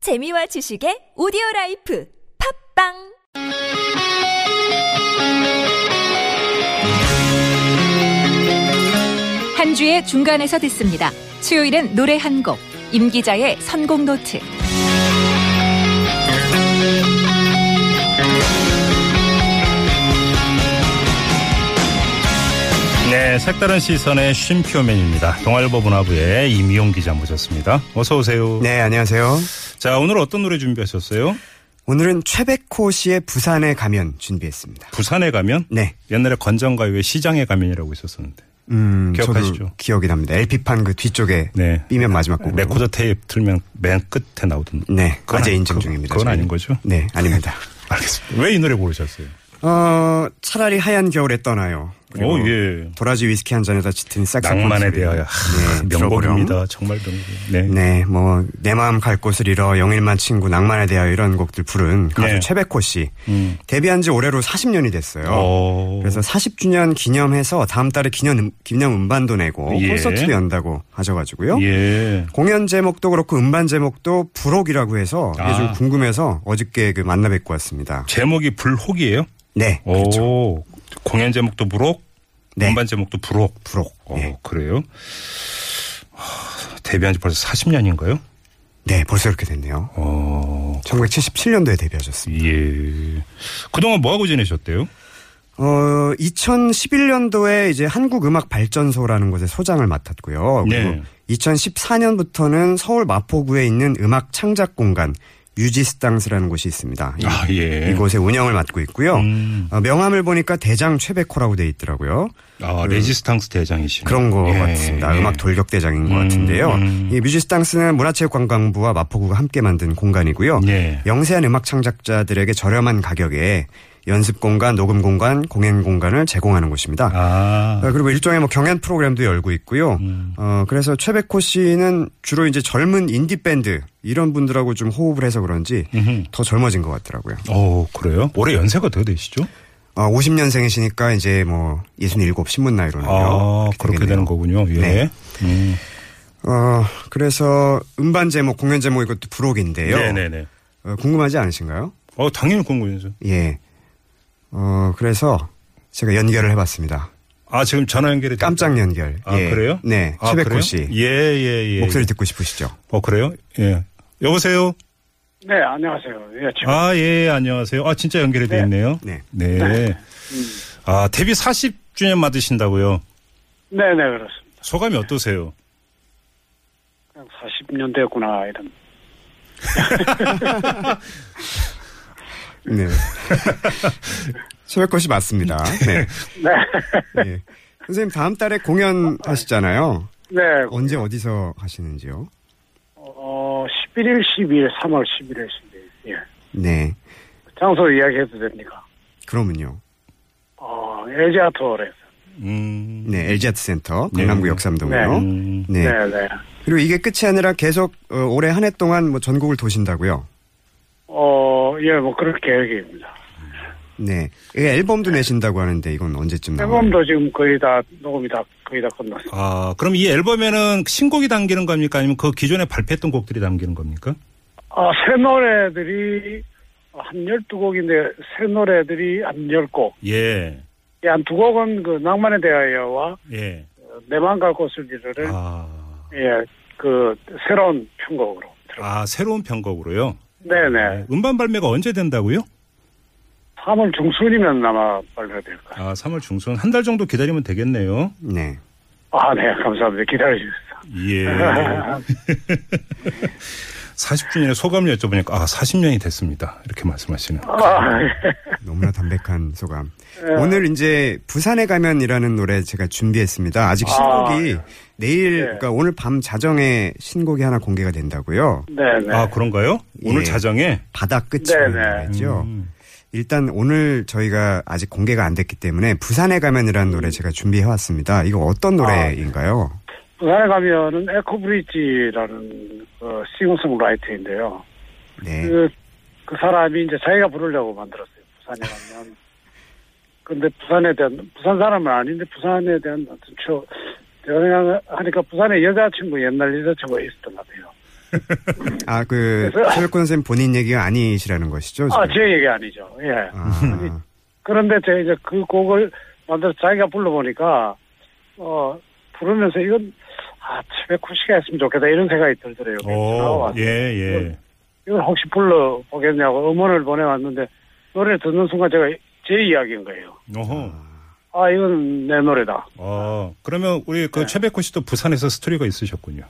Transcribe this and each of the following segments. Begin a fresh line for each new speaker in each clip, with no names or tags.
재미와 지식의 오디오 라이프 팝빵
한 주의 중간에서 듣습니다. 수요일은 노래 한 곡, 임 기자의 선곡 노트.
네, 색다른 시선의 쉼표맨입니다. 동아일보문화부의 임용 기자 모셨습니다. 어서 오세요.
네, 안녕하세요.
자, 오늘 어떤 노래 준비하셨어요?
오늘은 최백호 씨의 부산에 가면 준비했습니다.
부산에 가면?
네.
옛날에 건전가요의 시장에 가면이라고 있었었는데.
음,
기억하시죠?
저도 기억이 납니다. LP판 그 뒤쪽에
네.
삐면 마지막 곡.
레코더 테이프 틀면 맨 끝에 나오던.
네,
그건
과제
아니-
인증
그-
중입니다.
그건
저희.
아닌 거죠?
네, 아닙니다.
알겠습니다. 왜 이 노래 고르셨어요?
어, 차라리 하얀 겨울에 떠나요. 그리고
오, 예.
도라지 위스키 한 잔에다 짙은 색소폰
낭만에
소리.
대하여. 하,
네,
명곡입니다.
들어보렴.
정말 명곡. 네.
네, 뭐, 내 마음 갈 곳을 잃어, 영일만 친구, 낭만에 대하여 이런 곡들 부른 가수
네.
최백호 씨.
음.
데뷔한 지 올해로 40년이 됐어요.
어.
그래서 40주년 기념해서 다음 달에 기념, 음- 기념 음반도 내고
예.
콘서트도 연다고 하셔가지고요.
예.
공연 제목도 그렇고 음반 제목도 불혹이라고 해서
아.
요즘 궁금해서 어저께 그 만나 뵙고 왔습니다.
제목이 불혹이에요?
네.
어.
그렇죠.
오, 공연 제목도 불혹,
네.
음반 제목도 불혹.
불혹,
어,
네.
그래요? 하, 데뷔한 지 벌써 40년인가요?
네, 벌써 이렇게 됐네요.
어,
1977년도에 데뷔하셨습니다.
예. 그동안 뭐하고 지내셨대요?
어, 2011년도에 이제 한국음악발전소라는 곳에 소장을 맡았고요. 그리고
네.
2014년부터는 서울 마포구에 있는 음악 창작 공간 유지스탕스라는 곳이 있습니다. 이-
아, 예.
이곳의 운영을 맡고 있고요.
음.
어, 명함을 보니까 대장 최백호라고 돼 있더라고요.
아, 레지스탕스 대장이시네.
그 그런 거
예,
같습니다.
예.
음악 돌격 대장인 것
음,
같은데요.
음.
이 뮤지스탕스는 문화체육관광부와 마포구가 함께 만든 공간이고요.
예.
영세한 음악 창작자들에게 저렴한 가격에 연습 공간, 녹음 공간, 공연 공간을 제공하는 곳입니다.
아,
어, 그리고 일종의 뭐 경연 프로그램도 열고 있고요.
음.
어, 그래서 최백호 씨는 주로 이제 젊은 인디 밴드 이런 분들하고 좀 호흡을 해서 그런지 더 젊어진 것 같더라고요.
어, 그래요? 올해 연세가 어떻게 되시죠?
어, 50년생이시니까 이제 뭐 67, 신문 나이로는요.
아, 그렇게 되는
되겠네요.
거군요. 예.
네.
음.
어, 그래서 음반 제목, 공연 제목 이것도 부록인데요.
네네네.
어, 궁금하지 않으신가요?
어, 당연히 궁금해서.
예. 어, 그래서 제가 연결을 해봤습니다.
아, 지금 전화 연결이 됐-
깜짝 연결.
아,
예.
그래요?
네.
아,
최백호
그래요?
씨.
예, 예, 예.
목소리 듣고 싶으시죠?
어, 그래요? 예. 여보세요?
네, 안녕하세요. 예, 지금
아, 예, 안녕하세요. 아, 진짜 연결이 돼 있네요.
네.
네. 아, 데뷔 40주년 맞으신다고요?
네, 네, 그렇습니다.
소감이 어떠세요?
그냥 40년 됐구나 이런.
네. 최백호 씨 맞습니다. 네.
네,
예. 선생님, 다음 달에 공연 하시잖아요.
네.
언제 어디서 하시는지요?
어, 11일, 12일, 3월 11일, 12일. 예.
네.
장소 이야기해도 됩니까?
그러면요.
어, 에지아트 홀에서.
음.
네. LG아트 센터, 강남구
네.
역삼동이요.
음.
네.
네, 네.
그리고 이게 끝이 아니라 계속 어, 올해 한 해 동안 뭐 전국을 도신다고요.
어, 예, 뭐 그런 계획입니다.
네. 이 앨범도 내신다고 하는데 이건 언제쯤 나와요?
앨범도 지금 거의 다 녹음이 다 거의 다 끝났어요.
아, 그럼 이 앨범에는 신곡이 담기는 겁니까? 아니면 그 기존에 발표했던 곡들이 담기는 겁니까?
아, 새 노래들이 한 12곡인데 새 노래들이 한 10곡.
예.
예, 한 두 곡은 그 낭만에 대하여와 어,
예.
내 마음 갈 곳을 길을
아.
예, 그 새로운 편곡으로 들어.
아, 새로운 편곡으로요? 예,
네네.
음반 발매가 언제 된다고요?
3월 중순이면 아마 발매될 거예요.
아, 3월 중순. 한 달 정도 기다리면 되겠네요.
네.
아, 네, 감사합니다. 기다려주셨어요.
예. 40주년의 소감을 여쭤보니까, 아, 40년이 됐습니다. 이렇게 말씀하시는.
아, 예.
너무나 담백한 소감.
네.
오늘 이제 부산에 가면이라는 노래 제가 준비했습니다. 아직
네.
신곡이 내일 그러니까 오늘 밤 자정에 신곡이 하나 공개가 된다고요.
네네.
아, 그런가요? 오늘
예.
자정에?
바다
네네.
끝이라는 노래죠.
음.
일단 오늘 저희가 아직 공개가 안 됐기 때문에 부산에 가면이라는 노래 제가 준비해 왔습니다. 이거 어떤
아, 네.
노래인가요?
부산에 가면은 에코브릿지라는 그 싱어송라이터인데요.
네.
그, 그 사람이 이제 자기가 부르려고 만들었어요. 부산에 가면. 근데 부산에 대한, 부산 사람은 아닌데 부산에 대한 어떤 추억. 제가 생각하니까 부산에 여자친구, 옛날 여자친구가 있었던 것 같아요.
아, 그,
그래서-
최백권 선생님 본인 얘기가 아니시라는 것이죠?
아,
지금?
제 얘기 아니죠. 예.
아,
그런데 제가 이제 그 곡을 만들어서 자기가 불러보니까, 어, 부르면서 이건, 아, 최백호 씨가 했으면 좋겠다 이런 생각이 들더래요.
오,
나와서.
예, 예.
이걸 혹시 불러보겠냐고 음원을 보내왔는데, 노래를 듣는 순간 제가 제 이야기인 거예요.
어허.
아, 이건 내 노래다.
어, 그러면 우리 그 최백호 씨도 부산에서 스토리가 있으셨군요.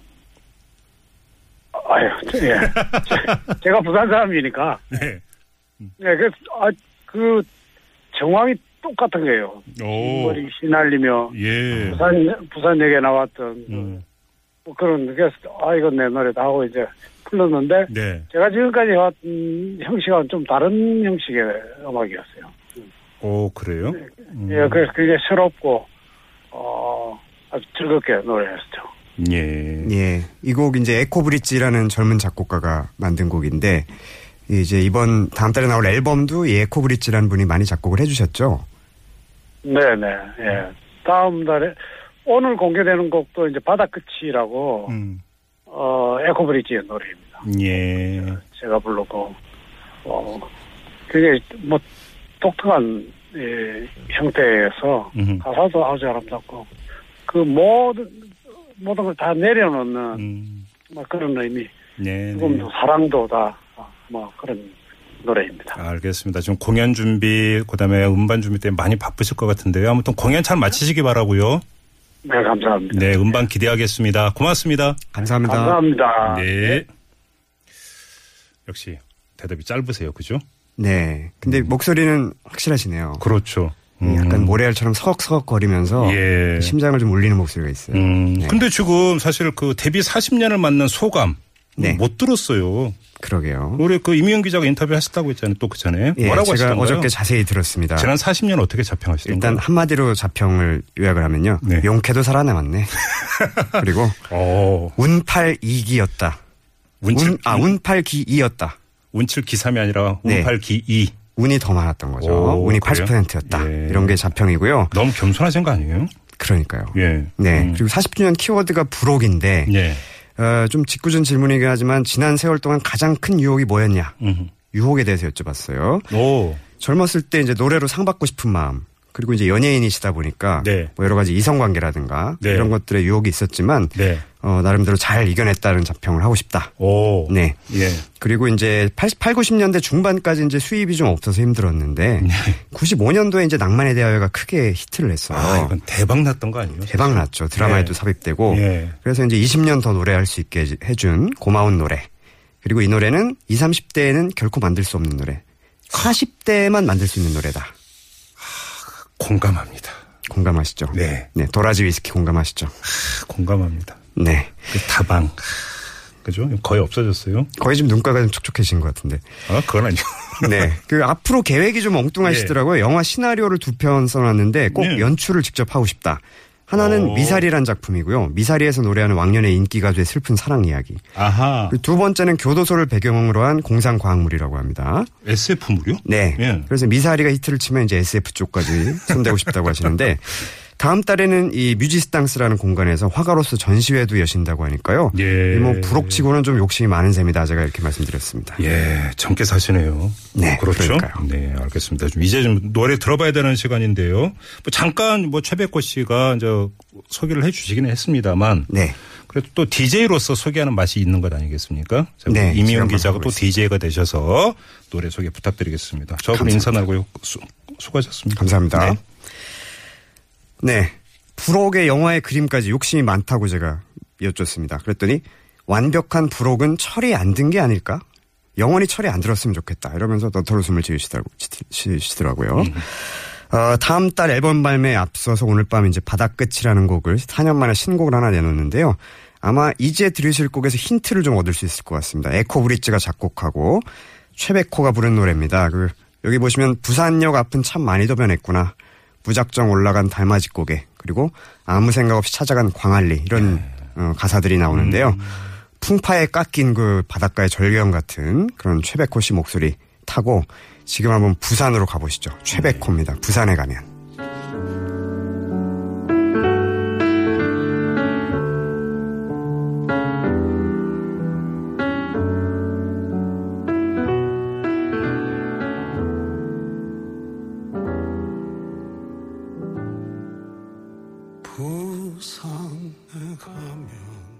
아유, 예. 제- 제가 부산 사람이니까.
네.
예, 그, 아, 그, 정황이 똑같은 거예요.
오,
머리 휘날리며,
예.
부산, 부산 얘기에 나왔던,
음.
뭐 그런, 그래서, 아, 이건 내 노래다 하고 이제 불렀는데,
네.
제가 지금까지 해왔던 형식과는 좀 다른 형식의 음악이었어요.
오, 그래요? 음.
예, 그래서 굉장히 새롭고, 어, 아주 즐겁게 노래했죠.
예.
예. 이 곡 이제 에코브릿지라는 젊은 작곡가가 만든 곡인데, 이제 이번 다음 달에 나올 앨범도 이 에코브릿지라는 분이 많이 작곡을 해주셨죠?
네네, 예. 다음 달에, 오늘 공개되는 곡도 이제 바다끝이라고,
음.
어, 에코브리지의 노래입니다.
예.
제가 불렀고, 어, 굉장히 뭐, 독특한, 예, 형태에서,
음.
가사도 아주 아름답고, 그 모든, 모든 걸 다 내려놓는,
음.
뭐 그런 의미,
네. 네.
조금도 사랑도 다, 어, 뭐, 그런 노래입니다.
알겠습니다. 지금 공연 준비, 그다음에 음반 준비 때문에 많이 바쁘실 것 같은데요. 아무튼 공연 잘 마치시기 바라고요.
네, 감사합니다.
네, 음반 기대하겠습니다. 고맙습니다.
감사합니다. 아,
감사합니다.
네. 역시 대답이 짧으세요, 그죠?
네. 근데 목소리는 확실하시네요.
그렇죠. 음.
약간 모래알처럼 서걱서걱 거리면서
예.
심장을 좀 울리는 목소리가 있어요.
음.
네.
근데 지금 사실 그 데뷔 40년을 맞는 소감
네.
못 들었어요.
그러게요.
우리 그 이미영 기자가 인터뷰 하셨다고 했잖아요. 또 그 전에
예,
뭐라고
제가
하시던가요?
어저께 자세히 들었습니다.
지난 40년 어떻게 자평하시던가요?
일단 한마디로 자평을 요약을 하면요.
네.
용케도 살아남았네. 그리고
어,
운팔 이기였다
운칠
운, 아, 운팔 기이였다
운칠 기삼이 아니라
네.
운팔 기이.
운이 더 많았던 거죠.
오,
운이
그래요?
80%였다.
예.
이런 게 자평이고요.
너무 겸손하신 거 아니에요?
그러니까요.
예.
네.
음.
그리고 40주년 키워드가 부록인데
예.
어, 좀 짓궂은 질문이긴 하지만 지난 세월 동안 가장 큰 유혹이 뭐였냐?
음.
유혹에 대해서 여쭤봤어요.
오.
젊었을 때 이제 노래로 상 받고 싶은 마음 그리고 이제 연예인이시다 보니까
네.
뭐 여러 가지 이성 관계라든가
네.
이런 것들의 유혹이 있었지만
네.
어, 나름대로 잘 이겨냈다는 자평을 하고 싶다.
오.
네.
예.
그리고 이제 88, 90년대 중반까지 이제 수입이 좀 없어서 힘들었는데
네.
95년도에 이제 낭만의 대화가 크게 히트를 했어요.
아, 이건 대박 났던 거 아니에요?
대박 났죠. 드라마에도
예.
삽입되고.
예.
그래서 이제 20년 더 노래할 수 있게 해준 고마운 노래. 그리고 이 노래는 20, 30대에는 결코 만들 수 없는 노래. 40대에만 만들 수 있는 노래다.
공감합니다.
공감하시죠?
네.
도라지 위스키 공감하시죠?
크, 공감합니다.
네.
그 다방. 크, 그죠? 거의 없어졌어요.
거의 지금 눈가가 좀 촉촉해진 것 같은데.
아, 그건 아니고.
네. 그 앞으로 계획이 좀 엉뚱하시더라고요. 영화 시나리오를 두 편 써놨는데 꼭
네. 어.
연출을 직접 하고 싶다. 하나는
오.
미사리란 작품이고요. 미사리에서 노래하는 왕년의 인기가수의 슬픈 사랑 이야기.
아하.
그리고 두 번째는 교도소를 배경으로 한 공상과학물이라고 합니다.
SF물이요?
네.
예.
그래서 미사리가 히트를 치면 이제 SF 쪽까지 손대고 싶다고 하시는데 다음 달에는 이 뮤지스탕스라는 공간에서 화가로서 전시회도 여신다고 하니까요.
예.
이뭐 부록치고는 좀 욕심이 많은 셈이다. 제가 이렇게 말씀드렸습니다.
예, 젊게 사시네요.
네,
그렇죠.
그러니까요.
네, 알겠습니다. 좀 이제 좀 노래 들어봐야 되는 시간인데요. 뭐 잠깐 뭐 최백호 씨가 이제 소개를 해 주시기는 했습니다만
네.
그래도 또 DJ로서 소개하는 맛이 있는 것 아니겠습니까? 자,
네,
우리 이미영
제가
기자가 또
물어보겠습니다.
DJ가 되셔서 노래 소개 부탁드리겠습니다. 저분
감사합니다.
인사 나고요. 수, 수고하셨습니다.
감사합니다.
네.
네. 부록의 영화의 그림까지 욕심이 많다고 제가 여쭙습니다. 그랬더니 완벽한 부록은 철이 안 든 게 아닐까? 영원히 철이 안 들었으면 좋겠다. 이러면서 너털 웃음을 지으시더라고, 지으시더라고요. 어, 다음 달 앨범 발매에 앞서서 오늘 밤 이제 바다끝이라는 곡을 4년 만에 신곡을 하나 내놓는데요. 아마 이제 들으실 곡에서 힌트를 좀 얻을 수 있을 것 같습니다. 에코 브릿지가 작곡하고 최백호가 부른 노래입니다. 그 여기 보시면 부산역 앞은 참 많이도 변했구나. 무작정 올라간 달맞이 고개 그리고 아무 생각 없이 찾아간 광안리 이런 어, 가사들이 나오는데요. 풍파에 깎인 그 바닷가의 절경 같은 그런 최백호 씨 목소리 타고 지금 한번 부산으로 가보시죠. 최백호입니다. 부산에 가면. 부산에 가면